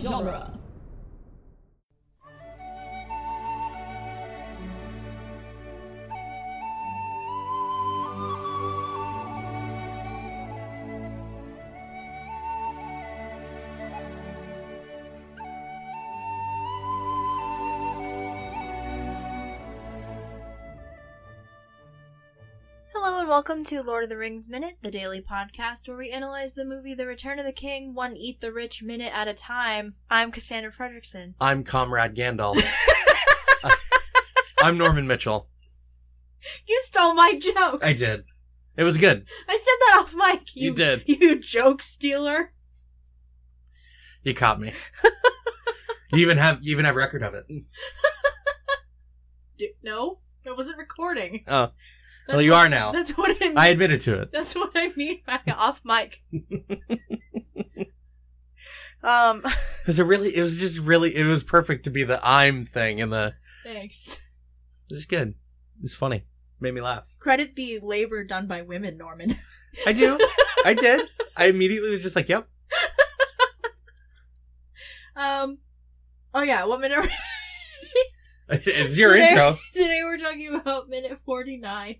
genre. Hello and welcome to Lord of the Rings Minute, the daily podcast where we analyze the movie The Return of the King one eat the rich minute at a time. I'm Cassandra Fredrickson. I'm Comrade Gandalf. Uh, I'm Norman Mitchell. You stole my joke. I did. It was good. I said that off mic. You did. You joke stealer. You caught me. you even have you even have record of it. D- no, I wasn't recording. Oh, That's well, you what- are now. That's what I mean. I admitted to it. That's what I mean by off mic. um, It was a really. It was just really. It was perfect to be the I'm thing and the. thanks. It was good. It was funny. Made me laugh. Credit be labor done by women, Norman. I do. I did. I immediately was just like, "Yep." Um, oh yeah, what minute? It's your Today- intro. Today we're talking about minute 49.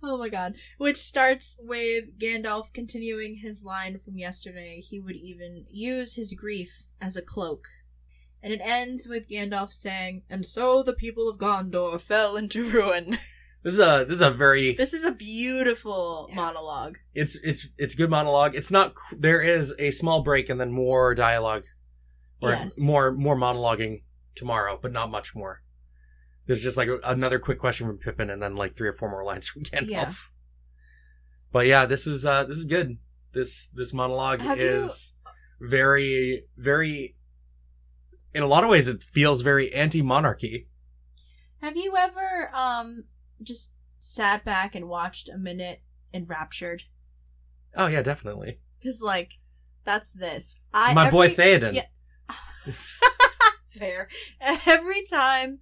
Oh my god. Which starts with Gandalf continuing his line from yesterday. He would even use his grief as a cloak. And it ends with Gandalf saying, And so the people of Gondor fell into ruin. This is a. This is a very. This is a beautiful Yeah. monologue. It's it's it's good monologue. It's not. cr- There is a small break and then more dialogue. or yes. more more monologuing tomorrow, but not much more. There's just like a, another quick question from Pippin, and then like three or four more lines from Gandalf. Yeah. But yeah, this is uh this is good. This this monologue Have you- is very very. In a lot of ways, it feels very anti-monarchy. Have you ever um just sat back and watched a minute enraptured? Oh yeah, definitely. Because like that's this. I My boy every- Theoden. yeah. Fair. Every time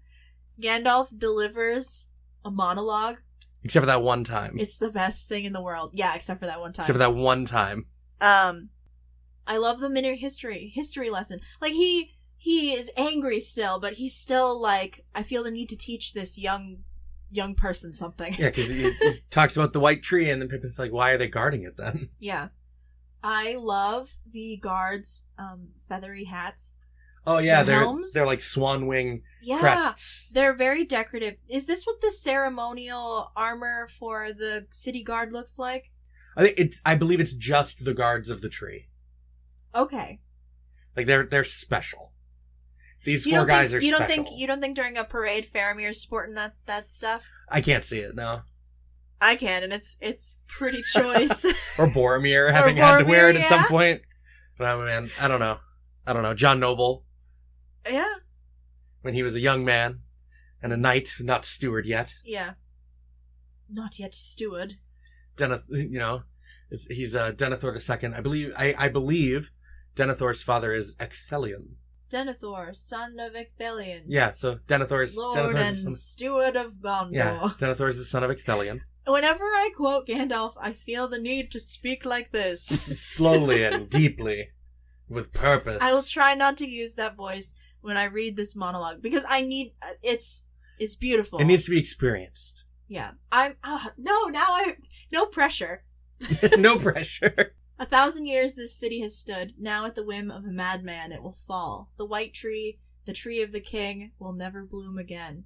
Gandalf delivers a monologue, Except for that one time. it's the best thing in the world. Yeah, except for that one time. Except for that one time. Um, I love the minute history history lesson. Like he he is angry still, but he's still like I feel the need to teach this young young person something. Yeah, because he, he talks about the white tree, and then Pippin's like, "Why are they guarding it then?" Yeah. I love the guards' um, feathery hats. Oh yeah, The they're helms? Ah. they're like swan wing Yeah. crests. They're very decorative. Is this what the ceremonial armor for the city guard looks like? I think it's. I believe it's just the guards of the tree. Okay. Like they're they're special. These four don't guys think, are you don't special. think you don't think during a parade Faramir's sporting that that stuff? I can't see it now. I can, and it's it's pretty choice. Or Boromir having had to Boromir, wear it at some yeah. point. But I man, I don't know. I don't know. John Noble yeah, when he was a young man and a knight, not steward yet. yeah. Not yet steward. Deneth, you know, it's, he's uh, Denethor the second. I believe. I, I believe Denethor's father is Ecthelion. Denethor, son of Ecthelion. Yeah. So Denethor's Lord Denethor's the and son- steward of Gondor. yeah. Denethor is the son of Ecthelion. Whenever I quote Gandalf, I feel the need to speak like this. slowly and deeply with purpose. I will try not to use that voice when I read this monologue because I need uh, it's it's beautiful. it needs to be experienced. yeah. I'm uh, no now I no pressure. no pressure. A thousand years this city has stood, now at the whim of a madman it will fall. The white tree, the tree of the king, will never bloom again.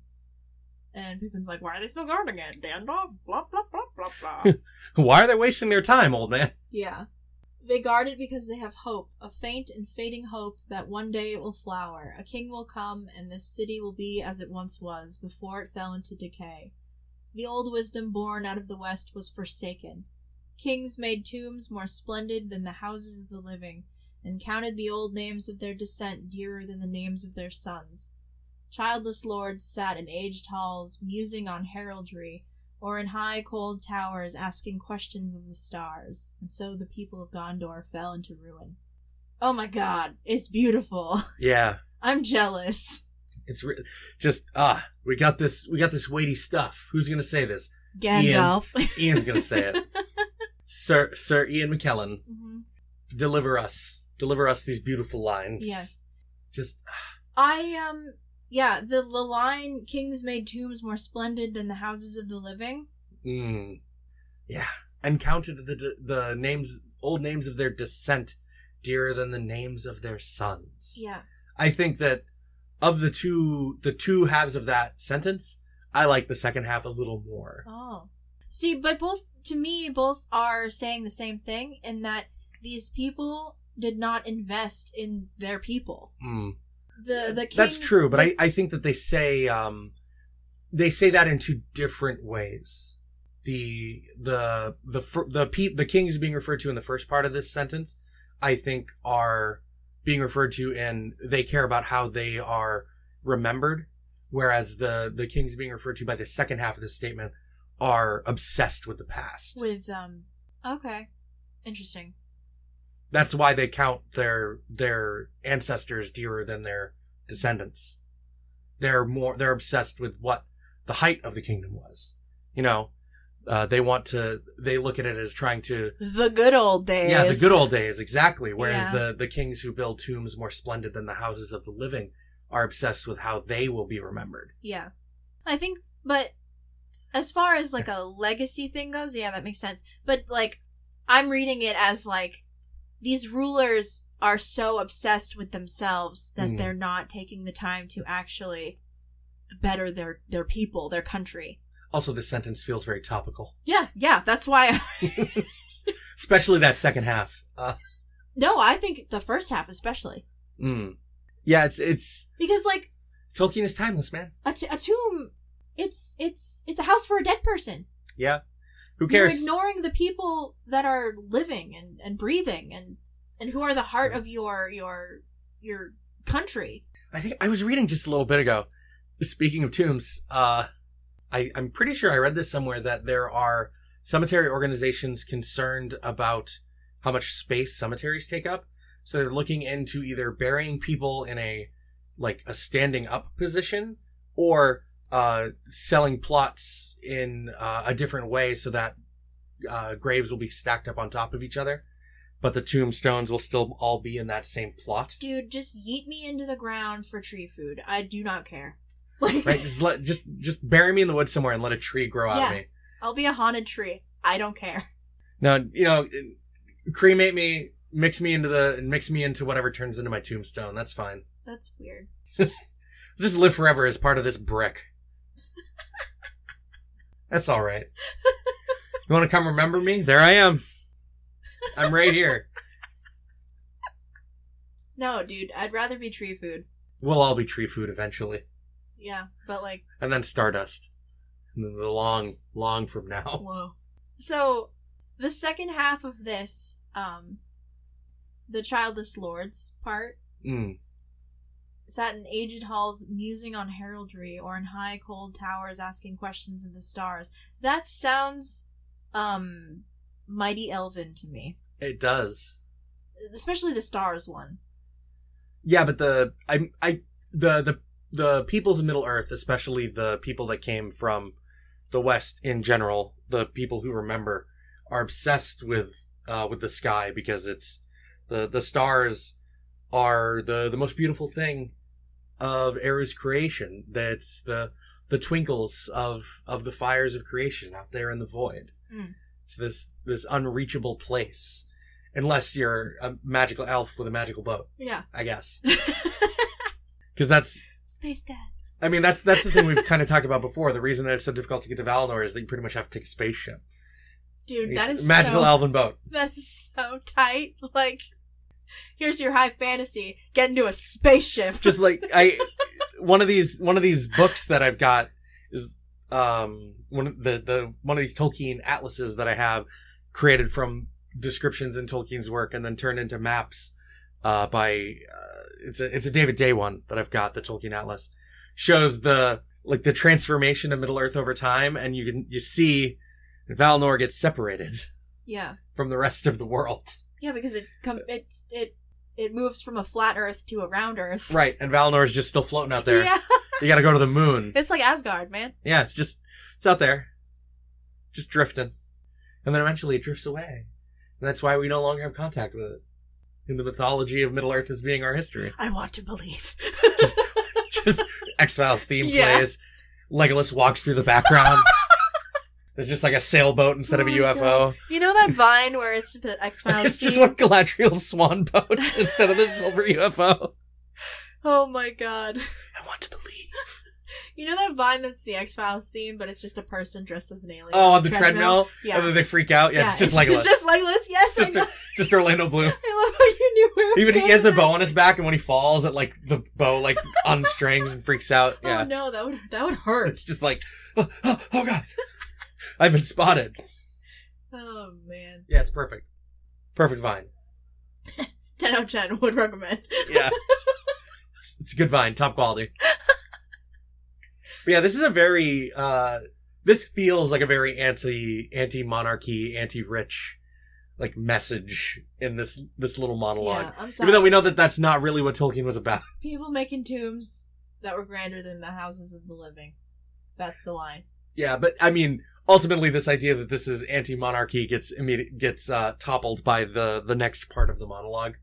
And Pippin's like, why are they still guarding it? Gandalf, blah, blah, blah, blah, blah. Why are they wasting their time, old man? yeah. They guard it because they have hope, a faint and fading hope that one day it will flower. A king will come, and this city will be as it once was, before it fell into decay. The old wisdom born out of the West was forsaken. Kings made tombs more splendid than the houses of the living, and counted the old names of their descent dearer than the names of their sons. Childless lords sat in aged halls, musing on heraldry, or in high cold towers asking questions of the stars, and so the people of Gondor fell into ruin. Oh my god, it's beautiful. Yeah, I'm jealous. it's re- just ah, we got this. We got this weighty stuff. Who's gonna say this? Gandalf. Ian's gonna say it. Sir Sir Ian McKellen, Mhm. deliver us deliver us these beautiful lines. Yes. Just I um yeah, the, the line kings made tombs more splendid than the houses of the living. mm, yeah, and counted the the names old names of their descent dearer than the names of their sons. Yeah. I think that of the two the two halves of that sentence, I like the second half a little more. Oh. See, but both to me both are saying the same thing in that these people did not invest in their people. Mm. The the kings, That's true, but I, I think that they say um, they say that in two different ways. The the the fir- the pe- the kings being referred to in the first part of this sentence, I think, are being referred to in they care about how they are remembered, whereas the the kings being referred to by the second half of this statement are obsessed with the past. with um okay. Interesting. That's why they count their their ancestors dearer than their descendants. They're more they're obsessed with what the height of the kingdom was. You know, uh, they want to they look at it as trying to The good old days. yeah the good old days exactly. Whereas Yeah. the the kings who build tombs more splendid than the houses of the living are obsessed with how they will be remembered. Yeah. I think but as far as like a legacy thing goes, yeah, that makes sense. But like I'm reading it as like these rulers are so obsessed with themselves that Mm. they're not taking the time to actually better their their people, their country. Also, this sentence feels very topical, Yeah, yeah, that's why especially that second half. Uh, No, I think the first half especially. mm. Yeah, it's it's Because like Tolkien is timeless, man. a, t- a tomb it's it's it's a house for a dead person. Yeah. Who You're cares? ignoring the people that are living and, and breathing and, and who are the heart of your your your country. I think I was reading just a little bit ago. Speaking of tombs, uh, I, I'm pretty sure I read this somewhere that there are cemetery organizations concerned about how much space cemeteries take up. So they're looking into either burying people in a like a standing up position or uh, selling plots in uh, a different way so that uh, graves will be stacked up on top of each other, but the tombstones will still all be in that same plot. Dude, just yeet me into the ground for tree food. I do not care. Like Right? Just let just just bury me in the woods somewhere and let a tree grow out of Yeah. me. I'll be a haunted tree. I don't care. Now you know, cremate me, mix me into the mix me into whatever turns into my tombstone. That's fine. That's weird. Just just live forever as part of this brick. That's all right. You want to come remember me? There I am. I'm right here. No, dude, I'd rather be tree food. We'll all be tree food eventually, Yeah, but like and then stardust. And then the long, long from now. Whoa. So the second half of this, um the childless lords part Mm. sat in aged halls musing on heraldry or in high cold towers asking questions of the stars that sounds um mighty elven to me It does. especially the stars one Yeah, but the I I the the the peoples of Middle Earth, especially the people that came from the West in general, the people who remember, are obsessed with uh, with the sky because it's the the stars are the the most beautiful thing of Eru's creation. That's the the twinkles of of the fires of creation out there in the void. Mm. It's this this unreachable place, unless you're a magical elf with a magical boat, yeah I guess because that's space dad I mean that's that's the thing we've kind of talked about before. The reason that it's so difficult to get to Valinor is that you pretty much have to take a spaceship. dude It's that a is magical so, elven boat. that is so tight like here's your high fantasy get into a spaceship Just like I one of these one of these books that I've got is um one of the the one of these Tolkien atlases that I have created from descriptions in Tolkien's work and then turned into maps uh by uh, it's a it's a David Day one that I've got the Tolkien atlas shows the like the transformation of Middle Earth over time and you can you see Valinor gets separated. yeah from the rest of the world. yeah because it com- it it it moves from a flat earth to a round earth Right, and Valinor is just still floating out there. yeah You gotta go to the moon. it's like asgard man Yeah, it's just, it's out there. Just drifting. And then eventually it drifts away. And that's why we no longer have contact with it. in the mythology of Middle Earth as being our history. I want to believe. Just X Files theme Yeah. plays. Legolas walks through the background. There's just like a sailboat instead of a Oh my UFO. you know that vine where it's the X It's Files just one Galadriel swan boat instead of the silver UFO. Oh my god. I want to believe. You know that vine that's the X Files theme, but it's just a person dressed as an alien. Oh, on the treadmill, Yeah. and then they freak out. Yeah, it's just like It's just Legolas. Yes, I, Just know. just Orlando Bloom. I love how you knew where. it was Even he going has the with that. bow on his back, and when he falls, it like the bow like unstrings and freaks out. Oh Yeah, no, that would that would hurt. it's just like, oh, oh, oh god, I've been spotted. Oh man. Yeah, it's perfect, perfect vine. Ten out of ten would recommend. Yeah, it's, it's a good vine, top quality. But yeah, this is a very. uh This feels like a very anti anti monarchy, anti rich, like message in this this little monologue. Yeah, I'm sorry. Even though we know that that's not really what Tolkien was about. People making tombs that were grander than the houses of the living. That's the line. Yeah, but I mean, ultimately, this idea that this is anti-monarchy gets immediate gets uh, toppled by the the next part of the monologue.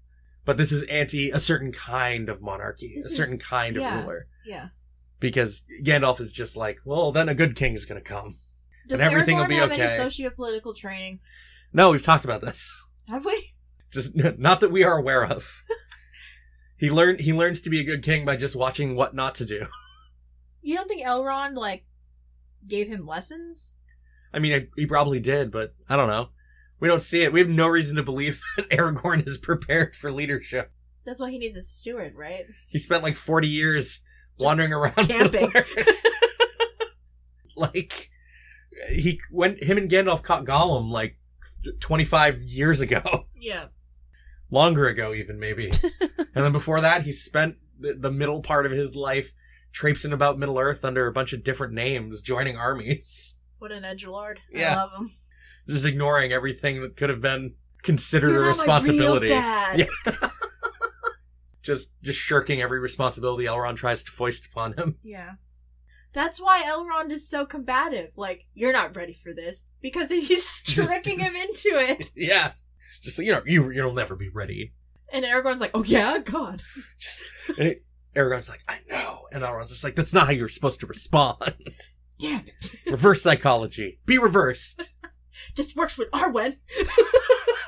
But this is anti a certain kind of monarchy, This a certain is- kind yeah. of ruler. Yeah. Because Gandalf is just like, well, then a good king's gonna come. Does And everything will Aragorn be have any okay. socio-political training? No, we've talked about this. Have we? Just not that we are aware of. he learned he learns to be a good king by just watching what not to do. You don't think Elrond like gave him lessons? I mean, he probably did, but I don't know. We don't see it. We have no reason to believe that Aragorn is prepared for leadership. That's why he needs a steward, right? He spent like 40 years wandering around camping. Middle Earth. like he when him and Gandalf caught Gollum like 25 years ago, Yeah. longer ago even maybe. and then before that, he spent the, the middle part of his life traipsing about Middle Earth under a bunch of different names, joining armies, What an edgelord. I Yeah. love him. just ignoring everything that could have been considered You're a not my real responsibility. dad. Yeah. Just just shirking every responsibility Elrond tries to foist upon him. Yeah. That's why Elrond is so combative. Like, you're not ready for this because he's tricking him into it. yeah. Just like, you know, you you'll never be ready. And Aragorn's like, "Oh yeah, God." Just and it, Aragorn's like, I know, and Elrond's just like, that's not how you're supposed to respond. Damn it. Reverse psychology, be reversed. Just works with Arwen.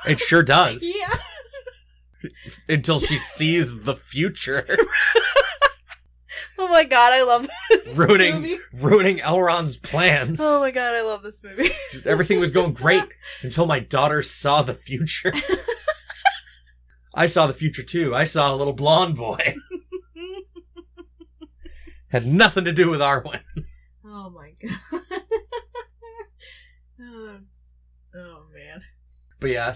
It sure does. yeah. Until she sees the future, Oh my god, I love this. Ruining- movie. ruining Elrond's plans. Oh my god, I love this movie. Just everything was going great until my daughter saw the future. I saw the future too. I saw a little blonde boy. Had nothing to do with Arwen. Oh my god. oh, oh man. But yeah,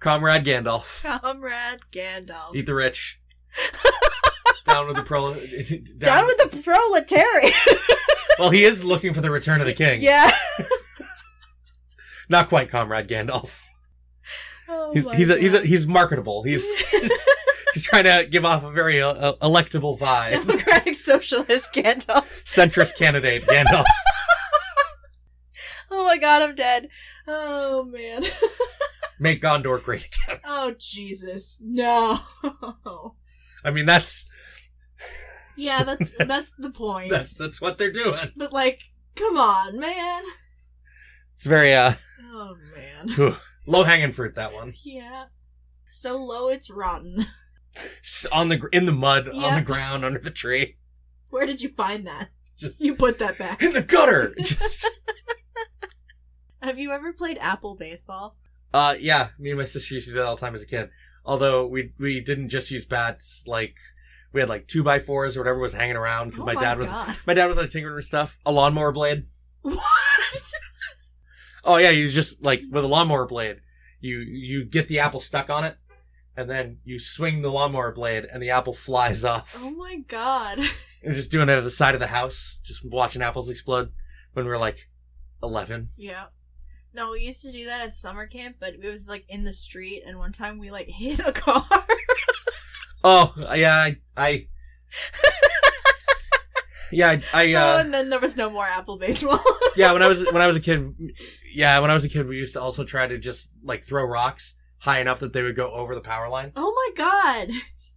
Comrade Gandalf. Comrade Gandalf. Eat the rich. down with the pro. down. Down with the proletariat. well, he is looking for the return of the king. yeah. Not quite, Comrade Gandalf. Oh He's my he's a, god. he's a, he's marketable. He's he's trying to give off a very uh, uh, electable vibe. Democratic Socialist Gandalf. Centrist candidate Gandalf. Oh my god, I'm dead. Oh man. Make Gondor great. again. Oh Jesus. No. I mean, that's Yeah, that's that's the point. that's that's what they're doing. But like, come on, man. It's very uh Oh man. low hanging fruit that one. Yeah. So low it's rotten. Just on the gr- in the mud, on Yeah. the ground, under the tree, Where did you find that? just You put that back. in the gutter. Just Have you ever played Apple baseball? Uh, yeah, me and my sister used to do that all the time as a kid. Although we we didn't just use bats, like we had like two by fours or whatever was hanging around because Oh my, dad was God. my dad was on tinkering with stuff. A lawnmower blade. What? Oh yeah, you just like with a lawnmower blade, you you get the apple stuck on it, and then you swing the lawnmower blade and the apple flies off. Oh my god. We We're just doing it at the side of the house, just watching apples explode when we were like eleven. Yeah. No, we used to do that at summer camp, but it was like in the street and one time we like hit a car. Oh yeah, I. I yeah, I, I uh, Oh, and then there was no more apple baseball. yeah when i was when i was a kid yeah when i was a kid we used to also try to just like throw rocks high enough that they would go over the power line. Oh my god,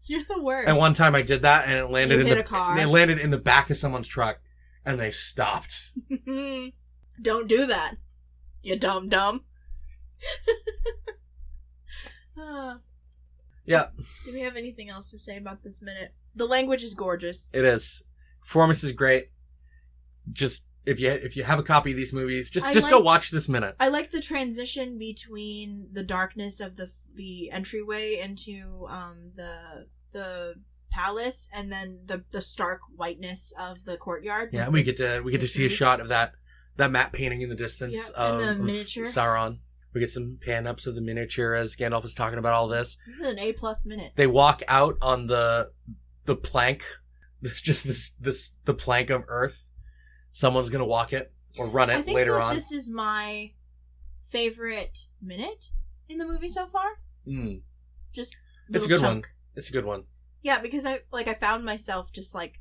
you're the worst. And one time I did that, and it landed You in hit the a car. It landed in the back of someone's truck, and they stopped. Don't do that, you dumb dumb. Ah. Yeah. Do we have anything else to say about this minute? The language is gorgeous. It is performance is great. Just if you if you have a copy of these movies, just I just go like- watch this minute. I like the transition between the darkness of the the entryway into um, the the palace, and then the the stark whiteness of the courtyard. Yeah, and we get to we get to see a shot of that that map painting in the distance Mm-hmm. Yep, of and the miniature. Sauron. We get some pan ups of the miniature as Gandalf is talking about all this. This is an A plus minute. They walk out on the the plank. There's just this this the plank of earth. Someone's gonna walk it or run I it think later that on. this is my favorite minute in the movie so far. Mm, Just It's a little good one. chunk. it's a good one. Yeah, because I like I found myself just like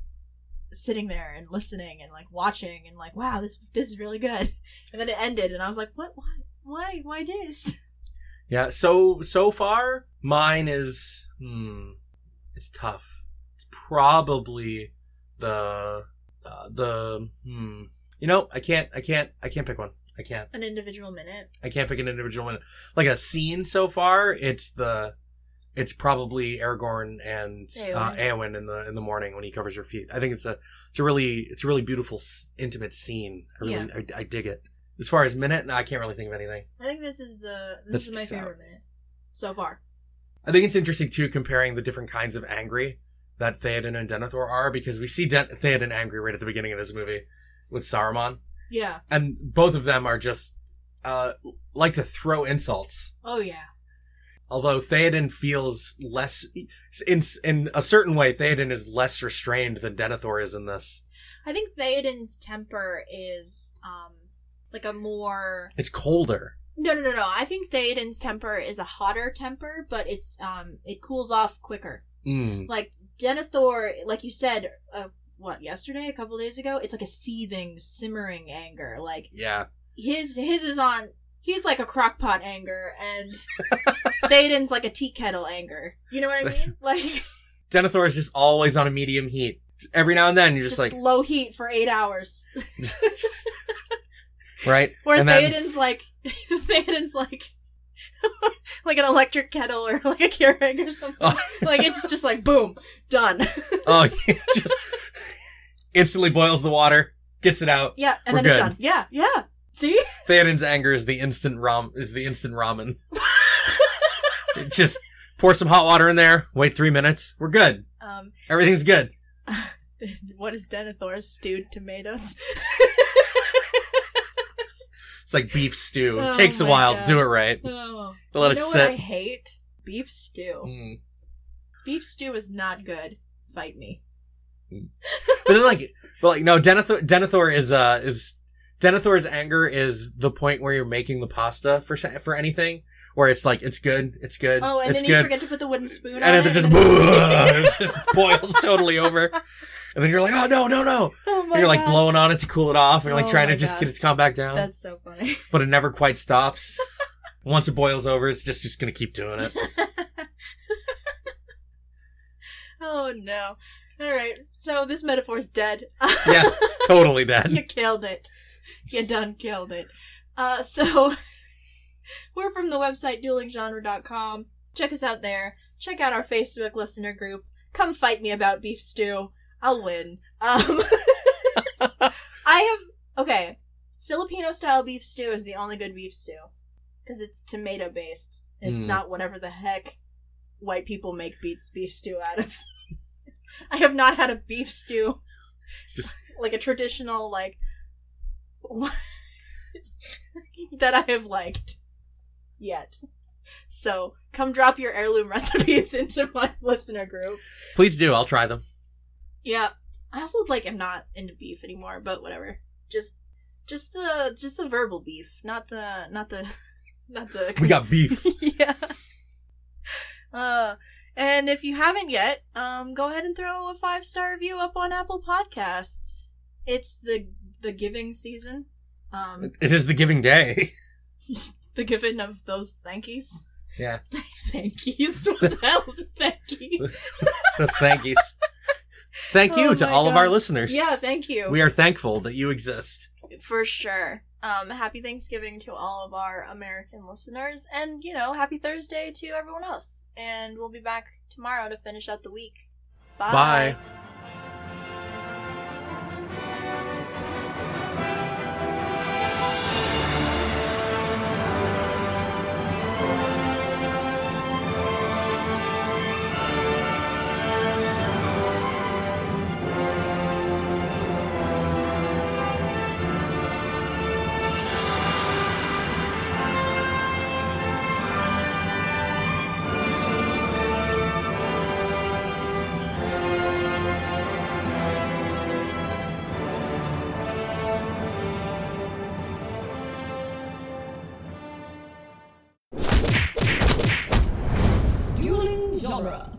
sitting there and listening and like watching and like wow this this is really good. And then it ended and I was like what why why why this? Yeah. So so far, mine is hmm, it's tough. It's probably the uh, the hmm. You know, I can't, I can't, I can't pick one. I can't, An individual minute. I can't pick an individual one. Like a scene so far, it's the, it's probably Aragorn and Uh, Eowyn. Eowyn in the in the morning when he covers her feet. I think it's a, it's a really, it's a really beautiful, s- intimate scene. I really, I, I dig it. As far as minute, no, I can't really think of anything. I think this is the That this is my sticks out. favorite minute so far. I think it's interesting too comparing the different kinds of angry that Theoden and Denethor are because we see Den- Theoden angry right at the beginning of this movie with Saruman, Yeah. and both of them are just uh, like to throw insults. Oh yeah. Although Theoden feels less, in in a certain way, Theoden is less restrained than Denethor is in this. I think Theoden's temper is um like a more It's colder. No, no, no, no. I think Theoden's temper is a hotter temper, but it's um it cools off quicker. Mm. Like Denethor, like you said, uh, what yesterday, a couple days ago, it's like a seething, simmering anger. Like Yeah, his his is on. He's like a crockpot anger, and Theoden's like a tea kettle anger. You know what I mean? Like just, Denethor is just always on a medium heat. Every now and then, you're just, like, low heat for eight hours. right? Or And then- Theoden's like Theoden's like like an electric kettle or like a Keurig or something. Oh. like it's just like boom, done. Oh, just instantly boils the water, gets it out. Yeah, and then We're good. it's done. Yeah, yeah. See? Theoden's anger is the instant ram is the instant ramen. just pour some hot water in there, wait three minutes, we're good. Um Everything's good. what is Denethor's stewed tomatoes? It's like beef stew. It Oh takes a my while to God. do it right. Oh. To let you it know sit. what I hate? Beef stew. Mm. Beef stew is not good. Fight me. But then like but like no, Denethor Denethor is uh is Denethor's anger is the point where you're making the pasta for sa- for anything where it's like it's good, it's good, Oh, and it's then you good. forget to put the wooden spoon on and then it. it just it just boils totally over. And then you're like, "Oh no, no, no." oh my And you're like God. blowing on it to cool it off and you're like Oh trying to my just God. get it to calm back down. That's so funny. but it never quite stops. Once it boils over, it's just just gonna keep doing it. oh no. All right. So this metaphor's dead. Yeah, totally you bad. killed it. You done killed it. Uh, so we're from the website duelinggenre.com. Check us out there. Check out our Facebook listener group. Come fight me about beef stew. I'll win. Um, I have okay. Filipino style beef stew is the only good beef stew because it's tomato based. It's Mm. not whatever the heck white people make beets beef stew out of. I have not had a beef stew Just- like a traditional like that I have liked yet. So come drop your heirloom recipes into my listener group. Please do. I'll try them. Yeah, I also like am not into beef anymore, but whatever. Just, just the just the verbal beef, not the not the not the. We got beef. yeah. Uh, and if you haven't yet, um, go ahead and throw a five star review up on Apple Podcasts. It's the the giving season. Um, It is the giving day. the giving of those thankies. Yeah. Thankies. What the hell's a thankie? That's thank yous. Thank you Oh to my all of our God. listeners. Yeah, thank you. we are thankful that you exist. For sure. Um, happy Thanksgiving to all of our American listeners, and you know, happy Thursday to everyone else. And we'll be back tomorrow to finish out the week. Bye. Bye. Dueling Genre.